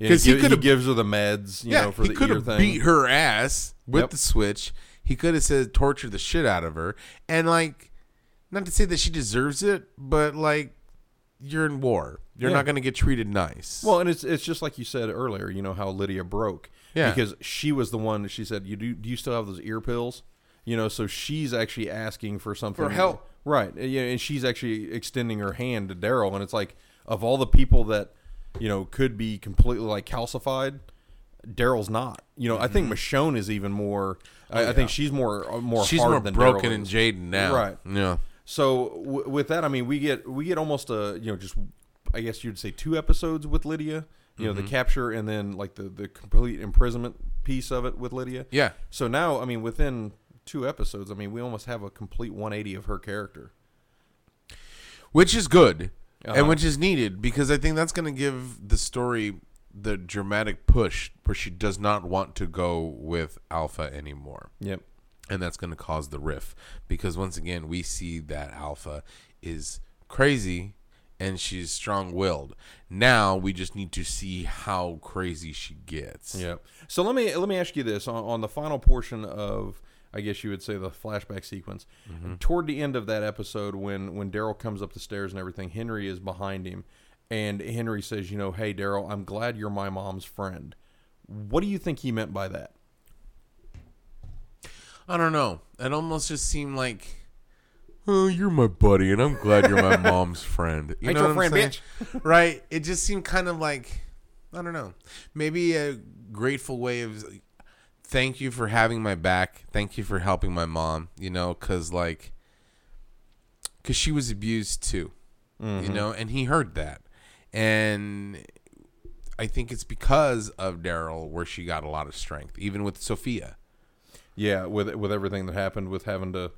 'Cause he
gi-
could've-
gives her the meds, you know, for
he
the
could
ear
have
thing.
beat her ass with
Yep.
the switch. He could have said tortured the shit out of her, and like, not to say that she deserves it, but like, you're in war. You're
Yeah.
not going to get treated nice.
Well, and it's it's just like you said earlier, you know how Lydia broke,
Yeah.
because she was the one. She said, "You do? Do you still have those ear pills?" You know, so she's actually asking for something
For help.
right? Yeah, and she's actually extending her hand to Daryl, and it's like of all the people that you know could be completely like calcified. Daryl's not. You know, I think
Mm-hmm.
Michonne is even more. I, I think she's more uh, more
Oh, she's
hard
more
than Daryl
broken
is.
and jaded now.
Right.
Yeah.
So w- with that, I mean, we get we get almost a you know just I guess you'd say two episodes with Lydia. You know, the capture and then like the the complete imprisonment piece of it with Lydia.
Yeah.
So now, I mean, within two episodes, I mean, we almost have a complete 180 of her character.
which is good
Uh-huh.
and which is needed because I think that's going to give the story the dramatic push where she does not want to go with Alpha anymore,
Yep.
and that's going to cause the riff because once again we see that Alpha is crazy and she's strong-willed. Now we just need to see how crazy she gets.
Yep. So let me let me ask you this on, on the final portion of I guess you would say the flashback sequence. Toward the end of that episode, when when Daryl comes up the stairs and everything, Henry is behind him, and Henry says, "You know, hey Daryl, I'm glad you're my mom's friend." What do you think he meant by that?
I don't know. It almost just seemed like, oh, you're my buddy, and I'm glad you're my mom's friend. You
Ain't
know
your
what I'm
friend,
saying? right? It just seemed kind of like, I don't know, maybe a grateful way of, thank you for having my back. Thank you for helping my mom. You know, because like, because she was abused too. You
Mm-hmm.
know, and he heard that, and I think it's because of Daryl where she got a lot of strength, even with Sophia.
Yeah, with with everything that happened, with having to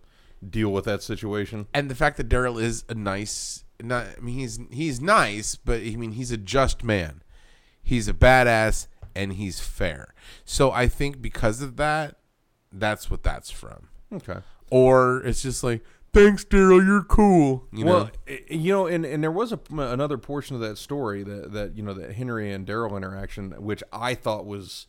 deal with that situation.
and the fact that Daryl is a nice, not, I mean, he's he's nice, but I mean, he's a just man. He's a badass and he's fair. So I think because of that, that's what that's from.
Okay.
Or it's just like, thanks, Daryl, you're cool. You
well,
know,
i- you know, and, and there was a, another portion of that story that, that you know that Henry and Daryl interaction, which I thought was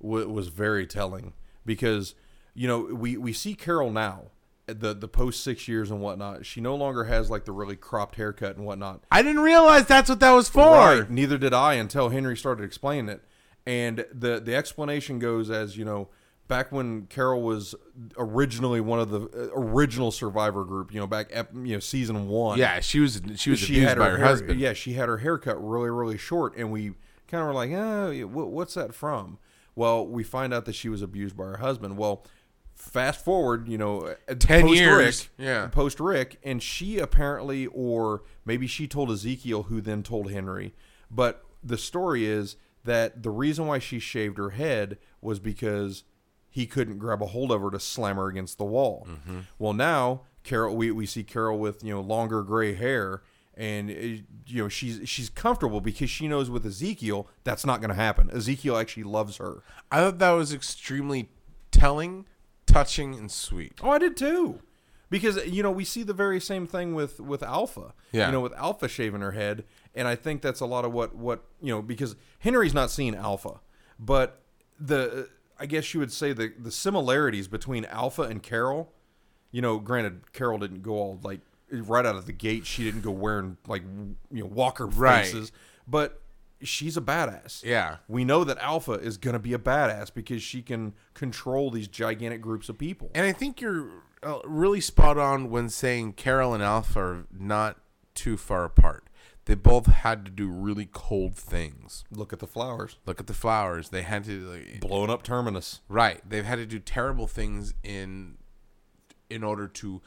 wa- was very telling because you know we, we see Carol now eh, the the post six years and whatnot. She no longer has like the really cropped haircut and whatnot.
I didn't realize that's what that was for.
Right. Neither did I until Henry started explaining it. And the the explanation goes as you know, back when Carol was originally one of the uh, original survivor group, you know, back ep- you know season one.
Yeah, she was she was
she
abused
had
by
her,
her
hair-
husband.
Yeah, she had her hair cut really really short, and we kind of were like, oh, yeah, wh- what's that from? Well, we find out that she was abused by her husband. Well. Fast forward, you know,
Ten
post
years.
Rick,
Yeah.
post Rick, and she apparently, or maybe she told Ezekiel, who then told Henry. But the story is that the reason why she shaved her head was because he couldn't grab a hold of her to slam her against the wall.
Mm-hmm.
Well, now Carol, we, we see Carol with you know longer gray hair, and uh, you know she's she's comfortable because she knows with Ezekiel that's not going to happen. Ezekiel actually loves her.
I thought that was extremely telling, touching, and sweet.
Oh, I did too. Because you know we see the very same thing with with Alpha.
Yeah.
You know with Alpha shaving her head, and I think that's a lot of what what you know because Henry's not seeing Alpha, but the I guess you would say the the similarities between Alpha and Carol. You know, granted Carol didn't go all like right out of the gate. She didn't go wearing like you know Walker
Right.
faces, but she's a badass.
Yeah.
We know that Alpha is going to be a badass because she can control these gigantic groups of people.
And I think you're uh, really spot on when saying Carol and Alpha are not too far apart. They both had to do really cold things.
Look at the flowers.
Look at the flowers. They had to like,
Blown up terminus.
right. They've had to do terrible things in in order to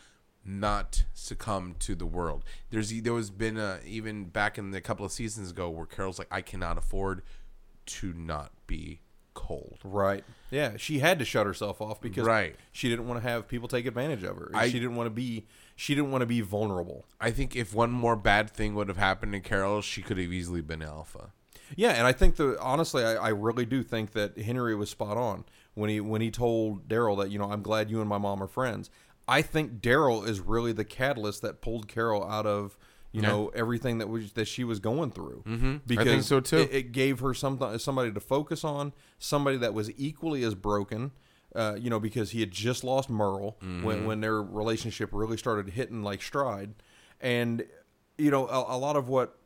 not succumb to the world. There's e, there was been a, even back in the couple of seasons ago where Carol's like I cannot afford to not be cold.
Right. Yeah, she had to shut herself off because
Right.
she didn't want to have people take advantage of her.
I-
she didn't want to be she didn't want to be vulnerable.
I think if one more bad thing would have happened to Carol, she could have easily been alpha.
Yeah, and I think the honestly, I, I really do think that Henry was spot on when he when he told Daryl that you know I'm glad you and my mom are friends. I think Daryl is really the catalyst that pulled Carol out of you know everything that was that she was going through. Mm-hmm. Because
so, too.
It, it gave her something somebody to focus on, somebody that was equally as broken. Uh, you know, because he had just lost Merle
Mm-hmm.
when, when their relationship really started hitting like stride, and you know a, a lot of what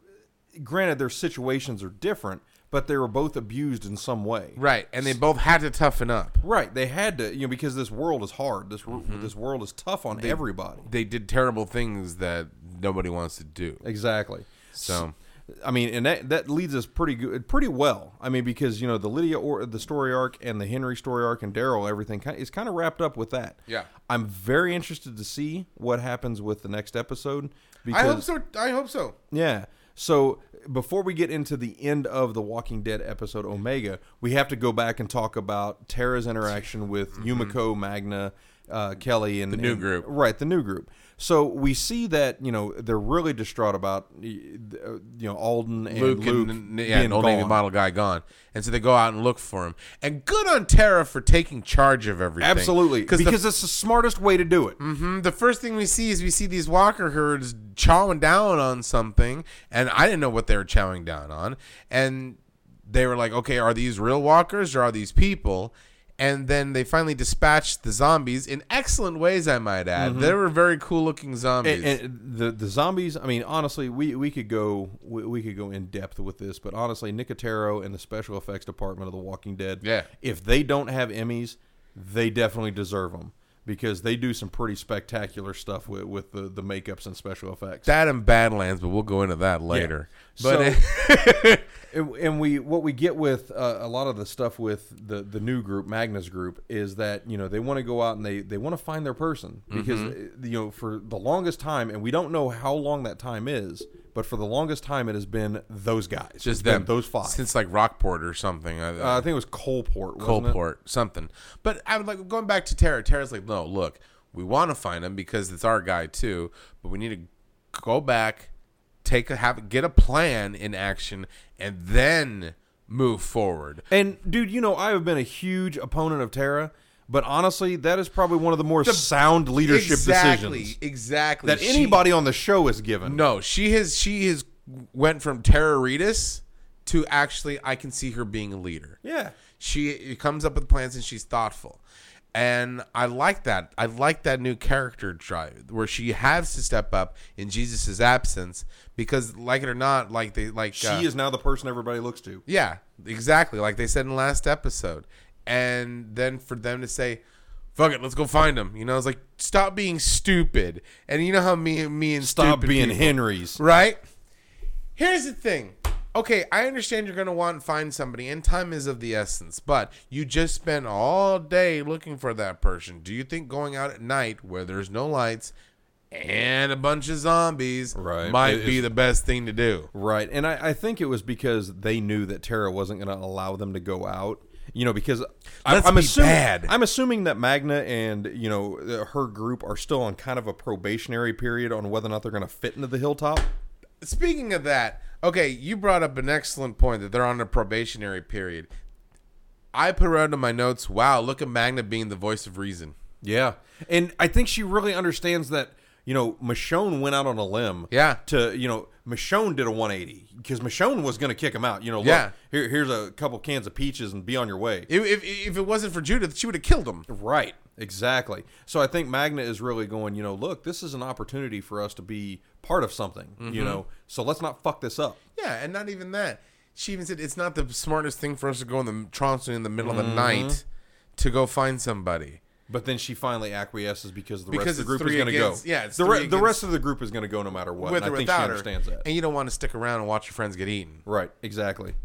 granted their situations are different but they were both abused in some way
Right, and they both had to toughen up.
Right, they had to you know because this world is hard this wor-
Mm-hmm.
this world is tough on everybody
They did terrible things that nobody wants to do.
exactly
So
I mean, and that that leads us pretty good, pretty well. I mean, because you know the Lydia or the story arc and the Henry story arc and Daryl, everything kind is kind of wrapped up with that.
Yeah.
I'm very interested to see what happens with the next episode. Because
I hope so. I hope so.
Yeah. So before we get into the end of the Walking Dead episode Omega, we have to go back and talk about Tara's interaction with Yumiko, Magna, uh, Kelly, and the
Mm-hmm. new group.
Right, the new group. So we see that you know they're really distraught about uh, you know Alden and Luke,
Luke, and yeah,
being
and old Navy
gone.
model guy gone, and so they go out and look for him. And good on Tara for taking charge of everything.
Absolutely,
because the,
because it's the smartest way to do it.
mhm, the first thing we see is we see these walker herds chowing down on something, and I didn't know what they were chowing down on, and they were like, okay, are these real walkers or are these people? And then they finally dispatched the zombies in excellent ways, I might add. They were very cool looking zombies.
Mm-hmm. And, and the the zombies. I mean, honestly, we, we could go we, we could go in depth with this, but honestly, Nicotero and the special effects department of The Walking Dead.
Yeah.
If they don't have Emmys, they definitely deserve them because they do some pretty spectacular stuff with, with the the makeups and special effects.
that and Badlands, but we'll go into that later. But
and, and we what we get with uh, a lot of the stuff with the the new group Magnus group is that you know they want to go out and they they want to find their person because
Mm-hmm.
uh, you know for the longest time and we don't know how long that time is but for the longest time it has been those guys It's
just
been
them,
those five
since like Rockport or something. I-
uh, I think it was Coalport wasn't it?
Coalport, something. But I would like going back to Tara. Tara's like, no, look, we want to find him because it's our guy too, but we need to go back, take a have get a plan in action, and then move forward.
and dude you know I have been a huge opponent of Terra but honestly that is probably one of the more sound leadership
exactly,
decisions
exactly.
that
She-
anybody on the show is given
no, she has. She has went from Tara Reedus to actually, I can see her being a leader.
yeah
she comes up with plans and she's thoughtful and i like that i like that new character drive where she has to step up in jesus' absence because like it or not like they like
she
uh,
is now the person everybody looks to
yeah exactly like they said in the last episode and then for them to say fuck it let's go find him you know it's like stop being stupid and you know how me, me and
stop
stupid
being
people-
Henry's
Right? Here's the thing. Okay, I understand you're going to want to find somebody, and time is of the essence, but you just spend all day looking for that person. Do you think going out at night where there's no lights and a bunch of zombies
Right.
might
It-
be the best thing to do?
Right. And I, I think it was because they knew that Tara wasn't going to allow them to go out. You know, because I,
Let's
I'm
be
assuming
bad.
I'm assuming that Magna and you know uh, her group are still on kind of a probationary period on whether or not they're going to fit into the hilltop.
Speaking of that, okay, you brought up an excellent point that they're on a probationary period. I put around in my notes, wow, look at Magna being the voice of reason.
Yeah, and I think she really understands that. You know, Michonne went out on a limb.
Yeah.
To you know, Michonne did a 180 because Michonne was going to kick him out. You know, look,
Yeah.
Here, here's a couple cans of peaches and be on your way.
If, if, if it wasn't for Judith, she would have killed him.
Right. Exactly. So I think Magna is really going, you know, look, this is an opportunity for us to be part of something,
Mm-hmm.
you know, so let's not fuck this up.
Yeah, and not even that. She even said it's not the smartest thing for us to go in the Toronto in the middle
Mm-hmm.
of the night to go find somebody.
But then she finally acquiesces because the
Because
rest of
it's
the group is
three
going to go.
against- yeah, it's
the,
three
the
against-
rest of the group is going to go no matter what.
With
and
or
I think
without
she
her.
understands that.
And you don't want to stick around and watch your friends get eaten.
Right. Exactly.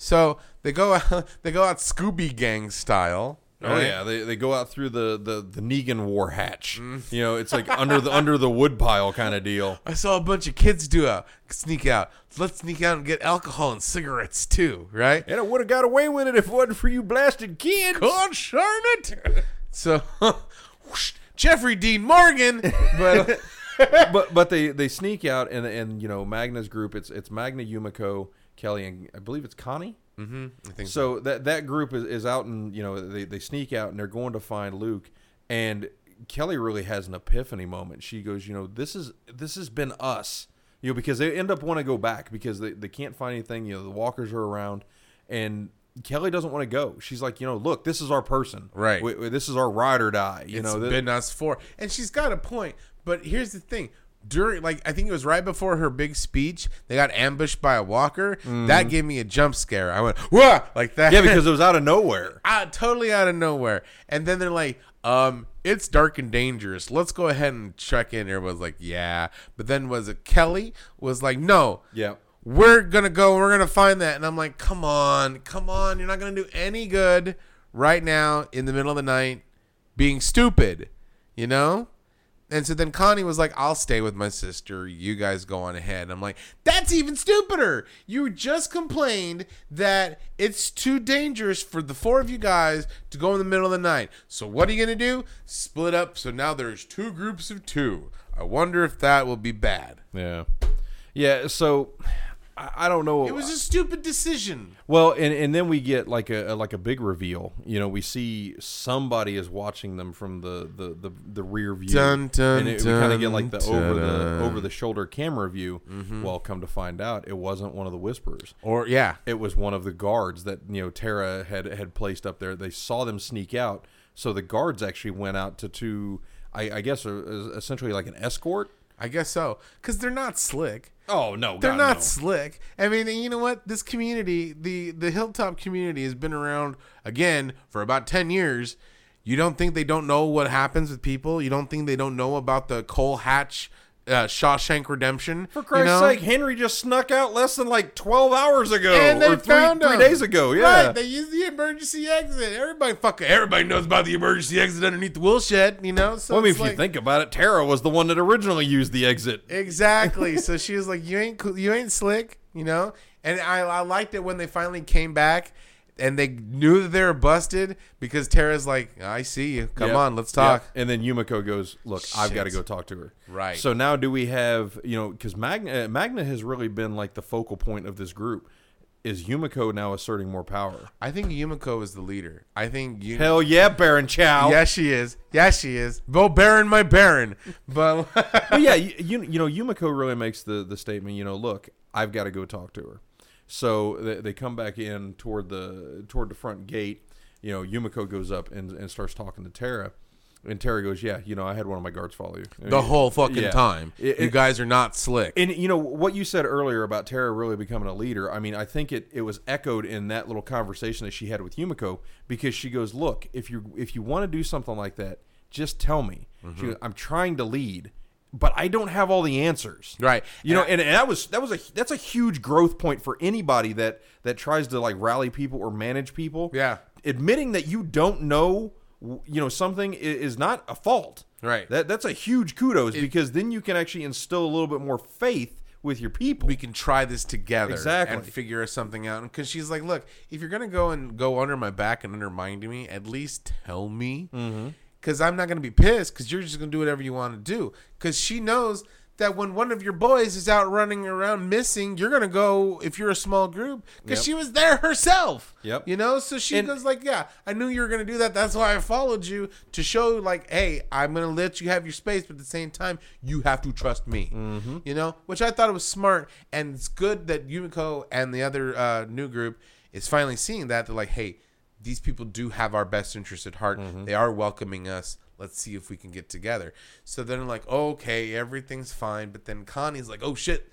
So they go out they go out Scooby gang style
Oh yeah, they, they go out through the, the, the Negan war hatch.
Mm.
You know, it's like under the under the woodpile kind of deal.
I saw a bunch of kids do a sneak out. Let's sneak out and get alcohol and cigarettes too, right?
And it would have got away with it if it wasn't for you blasted kids.
Concern it. So, whoosh, Jeffrey Dean Morgan, but
but but they they sneak out and and you know Magna's group. It's it's Magna Yumiko, Kelly, and I believe it's Connie.
Mm-hmm. I think so.
So that that group is, is out and you know they, they sneak out and they're going to find Luke and Kelly really has an epiphany moment. She goes, you know, this is this has been us, you know, because they end up wanting to go back because they, they can't find anything. You know, the walkers are around, and Kelly doesn't want to go. She's like, you know, look, this is our person,
Right.
We, we- this is our ride or die. You
It's
know, th-
been us four, and she's got a point. But here's the thing: during, like, I think it was right before her big speech, they got ambushed by a walker. That gave me a jump scare. I went, "Whoa!" like that.
Mm-hmm. yeah, because it was out of nowhere.
out, totally out of nowhere. And then they're like, um, it's dark and dangerous. Let's go ahead and check in. Everyone's like, yeah. But then was it Kelly was like, no.
Yeah.
We're gonna go, we're gonna find that. And I'm like, come on, come on, you're not gonna do any good right now in the middle of the night being stupid, you know? And so then Connie was like, I'll stay with my sister. You guys go on ahead. And I'm like, that's even stupider. You just complained that it's too dangerous for the four of you guys to go in the middle of the night. So what are you going to do? Split up. So now there's two groups of two. I wonder if that will be bad.
Yeah, yeah. So I, I don't know.
It was a stupid decision.
Well, and, and then we get like a like a big reveal. You know, we see somebody is watching them from the the, the, the rear view,
Dun, dun,
and it, we kind of get like the
dun, Mm-hmm.
over
ta-da.
the over the shoulder camera view. Well, come to find out, it wasn't one of the whisperers.
Or, yeah.
It was one of the guards that you know Tara had had placed up there. They saw them sneak out, so the guards actually went out to to I, I guess uh, essentially like an escort.
I guess so. Because they're not slick.
Oh no,
They're
God,
not
no.
slick. I mean, and you know what? This community, the the hilltop community, has been around again for about ten years. You don't think they don't know what happens with people? You don't think they don't know about the Cole Hatch, uh, Shawshank Redemption?
For Christ's sake, Henry just snuck out less than like twelve hours ago,
and they
or three,
found
three
him.
days ago. Yeah,
right. They used the emergency exit. Everybody fucking everybody knows about the emergency exit underneath the wheel shed. You know. So
Well, I mean,
it's
if
like-
you think about it, Tara was the one that originally used the exit.
Exactly. so she was like, "You ain't cool. You ain't slick," you know. And I, I liked it when they finally came back and they knew that they were busted because Tara's like, "I see you. Come
Yep.
on, let's talk."
Yep. And then Yumiko goes, "Look, I've
Shit.
got to go talk to her."
Right.
So now, do we have you know? Because Magna, uh, Magna has really been like the focal point of this group. Is Yumiko now asserting more power?
I think Yumiko is the leader. I think you.
Hell yeah, Baron Chow.
yeah, she is. Yeah, she is. Bo Baron, my Baron. But
but yeah, you, you you know, Yumiko really makes the the statement. You know, look, I've got to go talk to her. So they, they come back in toward the toward the front gate. You know, Yumiko goes up and, and starts talking to Tara, and Tara goes, "Yeah, you know, I had one of my guards follow you
the whole fucking
Yeah.
time,
It-
you
it-
guys are not slick.
And you know what you said earlier about Tara really becoming a leader. I mean, I think it, it was echoed in that little conversation that she had with Yumiko because she goes, "Look, if you if you want to do something like that, just tell me.
Mm-hmm.
She goes, I'm trying to lead, but I don't have all the answers."
Right.
You know, and, and that was that was a that's a huge growth point for anybody that that tries to like rally people or manage people.
Yeah.
Admitting that you don't know w- you know something i- is not a fault.
Right.
That Uh, that's a huge kudos because then you can actually instill a little bit more faith with your people.
we can try this together
Exactly.
and figure something out. Because she's like, look, if you're gonna go and go under my back and undermine me, at least tell me.
Mm-hmm.
Because I'm not gonna be pissed. Because you're just gonna do whatever you want to do. Because she knows that when one of your boys is out running around missing, you're gonna go if you're a small group. Because
Yep.
she was there herself.
Yep.
You know, so she
And-
goes like, yeah, I knew you were gonna do that. That's why I followed you to show like, hey, I'm gonna let you have your space, but at the same time, you have to trust me. You know, which I thought it was smart, and it's good that Yumiko and the other uh, new group is finally seeing that. They're like, hey, these people do have our best interest at heart. They are welcoming us. Let's see if we can get together. So then, like, okay, everything's fine. But then Connie's like, oh shit,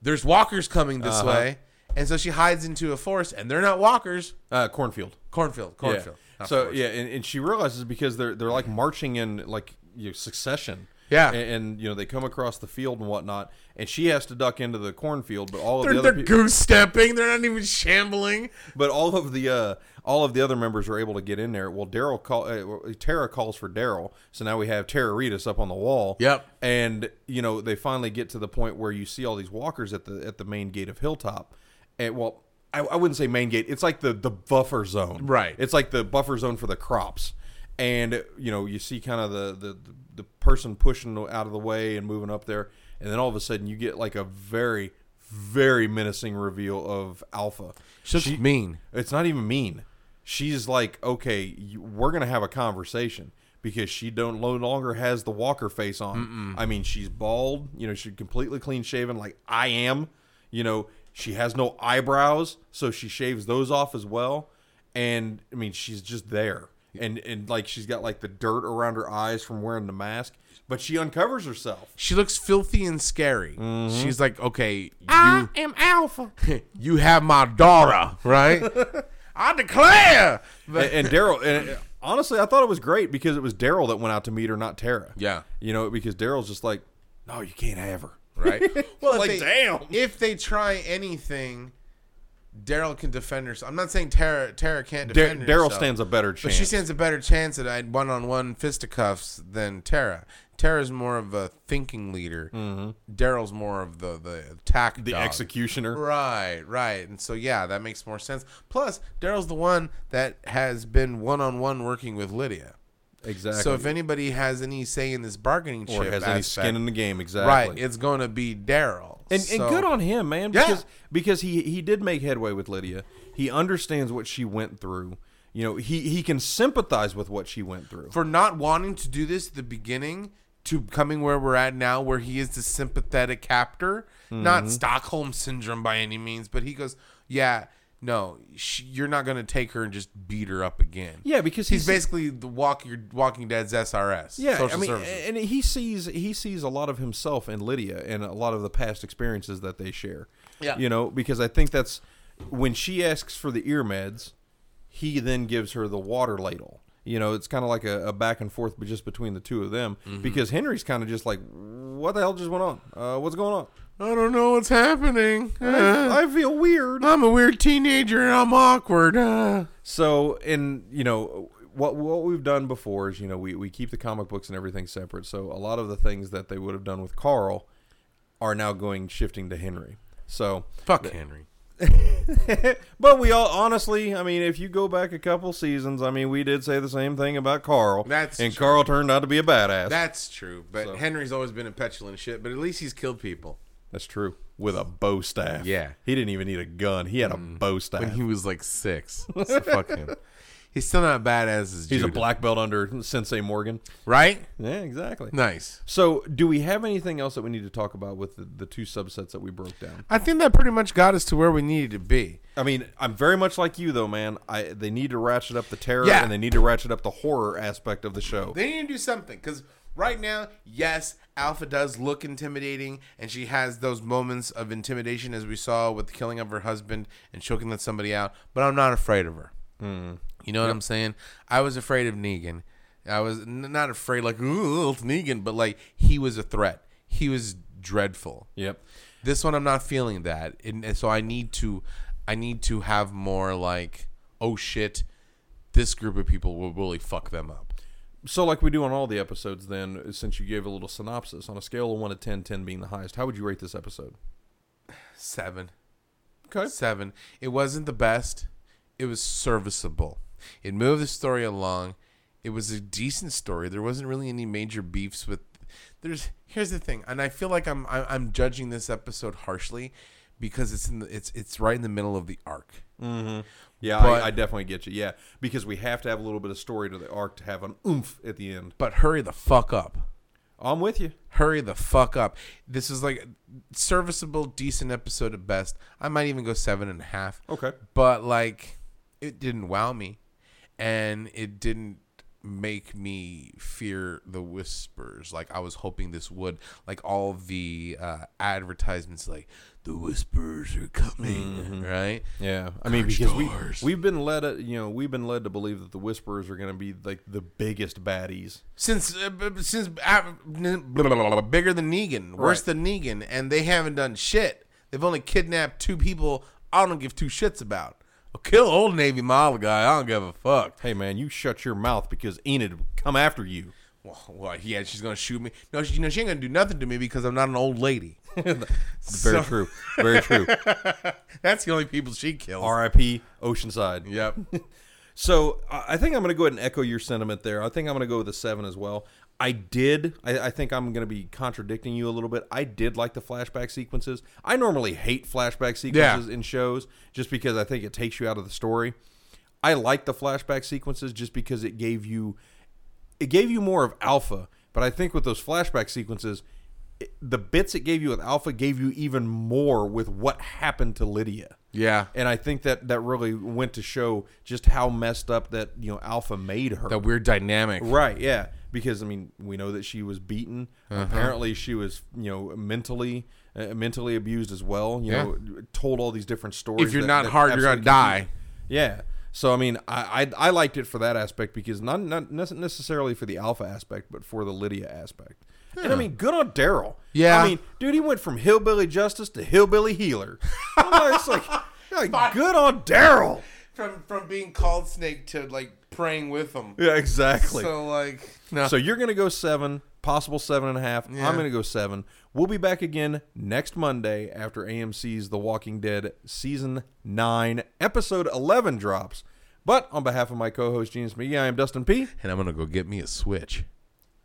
there's walkers coming this way. And so she hides into a forest, and they're not walkers.
Uh, cornfield.
Cornfield, cornfield.
Yeah.
not
So
forest.
yeah, and, and she realizes because they're they're like marching in like you know, succession.
Yeah.
and, and, you know they come across the field and whatnot, and she has to duck into the cornfield, but all of
They're,
the other
they're
people.
goose stepping. They're not even shambling.
But all of the uh, all of the other members are able to get in there. Well, Daryl call uh, Tara calls for Daryl, so now we have Tara Reedus up on the wall.
Yep.
And you know they finally get to the point where you see all these walkers at the at the main gate of Hilltop, and well, I, I wouldn't say main gate. It's like the the buffer zone.
Right.
It's like the buffer zone for the crops. And you know you see kind of the the the person pushing out of the way and moving up there, and then all of a sudden you get like a very very menacing reveal of Alpha.
She's just mean.
It's not even mean. She's like, okay, you, we're gonna have a conversation because she don't no longer has the Walker face on. I mean, she's bald. You know, she's completely clean shaven, like I am. You know, she has no eyebrows, so she shaves those off as well. And I mean, she's just there, and and like she's got like the dirt around her eyes from wearing the mask, but she uncovers herself.
She looks filthy and scary.
Mm-hmm.
She's like, okay, you,
am Alpha.
you have my daughter, right? I declare. But-
and, and Daryl, and honestly, I thought it was great because it was Daryl that went out to meet her, not Tara.
Yeah.
you know, because Daryl's just like, no, you can't have her.
right? Well,
Like,
if they,
damn.
If they try anything, Daryl can defend herself. I'm not saying Tara Tara can't
Dar-
defend
Daryl
herself,
stands a better chance.
but she stands a better chance at one on one fisticuffs than Tara. Tara's more of a thinking leader. Daryl's more of the the attack
Mm-hmm. the
dog.
executioner.
Right, right, and so yeah, that makes more sense. Plus, Daryl's the one that has been one on one working with Lydia.
Exactly.
So if anybody has any say in this bargaining chip
or has any
aspect,
skin in the game, exactly.
right, it's going to be Daryl.
and,
So-
and good on him, man.
Yeah.
Because because he he did make headway with Lydia. He understands what she went through. You know, he he can sympathize with what she went through.
for not wanting to do this at the beginning to coming where we're at now where he is the sympathetic captor not stockholm syndrome by any means but he goes yeah no sh you're not going to take her and just beat her up again
yeah, because
he's
he's,
basically the walk your walking dead's srs
yeah.
social
I mean,
services
and he sees he sees a lot of himself in Lydia and a lot of the past experiences that they share.
Yeah.
you know, because I think that's when she asks for the ear meds, he then gives her the water ladle. You know, it's kind of like a, a back and forth, but just between the two of them,
Mm-hmm.
because Henry's kind of just like, "What the hell just went on? Uh, what's going on?
i don't know what's happening Uh,
I feel weird."
i'm a weird teenager and i'm awkward Uh,
So, and you know what what we've done before is you know we we keep the comic books and everything separate. So a lot of the things that they would have done with Carl are now going shifting to Henry. So,
fuck henry
but we all honestly, I mean, if you go back a couple seasons, I mean, we did say the same thing about Carl.
That's
and
true.
Carl turned out to be a badass.
that's true but
So-
henry's always been a petulant shit but at least he's killed people
That's true. With a bow staff.
Yeah. Mm.
He didn't even need a gun. He had a bow staff.
when he was like six. So fuck him. He's still not badass as
He's
Judah,
a black belt under Sensei Morgan.
right?
Yeah, exactly.
Nice.
So, do we have anything else that we need to talk about with the, the two subsets that we broke down?
I think that pretty much got us to where we needed to be.
I mean, I'm very much like you, though, man. I they need to ratchet up the terror
Yeah.
and they need to ratchet up the horror aspect of the show.
They need to do something because right now, yes, Alpha does look intimidating, and she has those moments of intimidation as we saw with the killing of her husband and choking that somebody out. But I'm not afraid of her. You know what I'm saying? I was afraid of Negan. I was n- not afraid like ooh it's Negan, but like he was a threat. He was dreadful.
Yep.
This one I'm not feeling that, and, and so I need to, I need to have more like, oh shit, this group of people will really fuck them up.
So, like we do on all the episodes, then, since you gave a little synopsis, on a scale of 1 to 10, 10 being the highest, how would you rate this episode?
Seven,
Okay.
seven. It wasn't the best. It was serviceable. It moved the story along. It was a decent story. There wasn't really any major beefs with. There's here's the thing, and I feel like I'm I- I'm judging this episode harshly because it's in the, it's it's right in the middle of the arc.
Yeah,
But-
I, I definitely get you. Yeah, because we have to have a little bit of story to the arc to have an oomph at the end.
But hurry the fuck up.
I'm with you.
Hurry the fuck up. This is like a serviceable, decent episode at best. I might even go seven and a half.
Okay.
But like, it didn't wow me. And it didn't make me fear the whispers like i was hoping this would like all the uh, advertisements like the whispers are coming right
Yeah, I mean
Cursed
because we
doors.
we've been led uh, you know we've been led to believe that the whisperers are going to be like the biggest baddies.
since uh, b- b- since uh, n- blah, blah, blah, blah, bigger than Negan, worse
Right.
than Negan, and they haven't done shit. They've only kidnapped two people. I don't give two shits about. I'll kill old Navy model guy. I don't give a fuck.
Hey man, you shut your mouth because Enid will come after you.
Well, well yeah, she's gonna shoot me. No, she, you know she ain't gonna do nothing to me because I'm not an old lady.
Very
So-
true. Very true.
That's the only people she kills.
R.I.P. Oceanside.
Yep.
So I I think I'm going to go ahead and echo your sentiment there. I think I'm going to go with a seven as well. I did. I, I think I'm going to be contradicting you a little bit. I did like the flashback sequences. I normally hate flashback sequences in shows just because I think it takes you out of the story. I like the flashback sequences just because it gave you it gave you more of alpha. But I think with those flashback sequences, it, the bits it gave you with alpha gave you even more with what happened to Lydia.
Yeah.
And I think that that really went to show just how messed up that you know Alpha made her.
That weird dynamic.
right? Yeah, because I mean we know that she was beaten.
Uh-huh.
Apparently she was you know mentally uh, mentally abused as well. You
Yeah.
know, told all these different stories.
If you're
that-
not
that
hard, you're gonna
absolutely
die.
confused. Yeah. So I mean, I, I I liked it for that aspect because not not nec- necessarily for the alpha aspect, but for the Lydia aspect. And I mean, good on Daryl.
Yeah.
I mean, dude, he went from hillbilly justice to hillbilly healer. I'm just like, like, good on Daryl.
From from being called Snake to like praying with them.
Yeah, exactly. So,
So like no.
you're gonna go seven, possible seven and a half. I'm gonna go seven. We'll be back again next Monday after AMC's The Walking Dead season nine, episode eleven drops. But on behalf of my co-host Genius McGee, I am Dustin P.
and I'm gonna go get me a switch.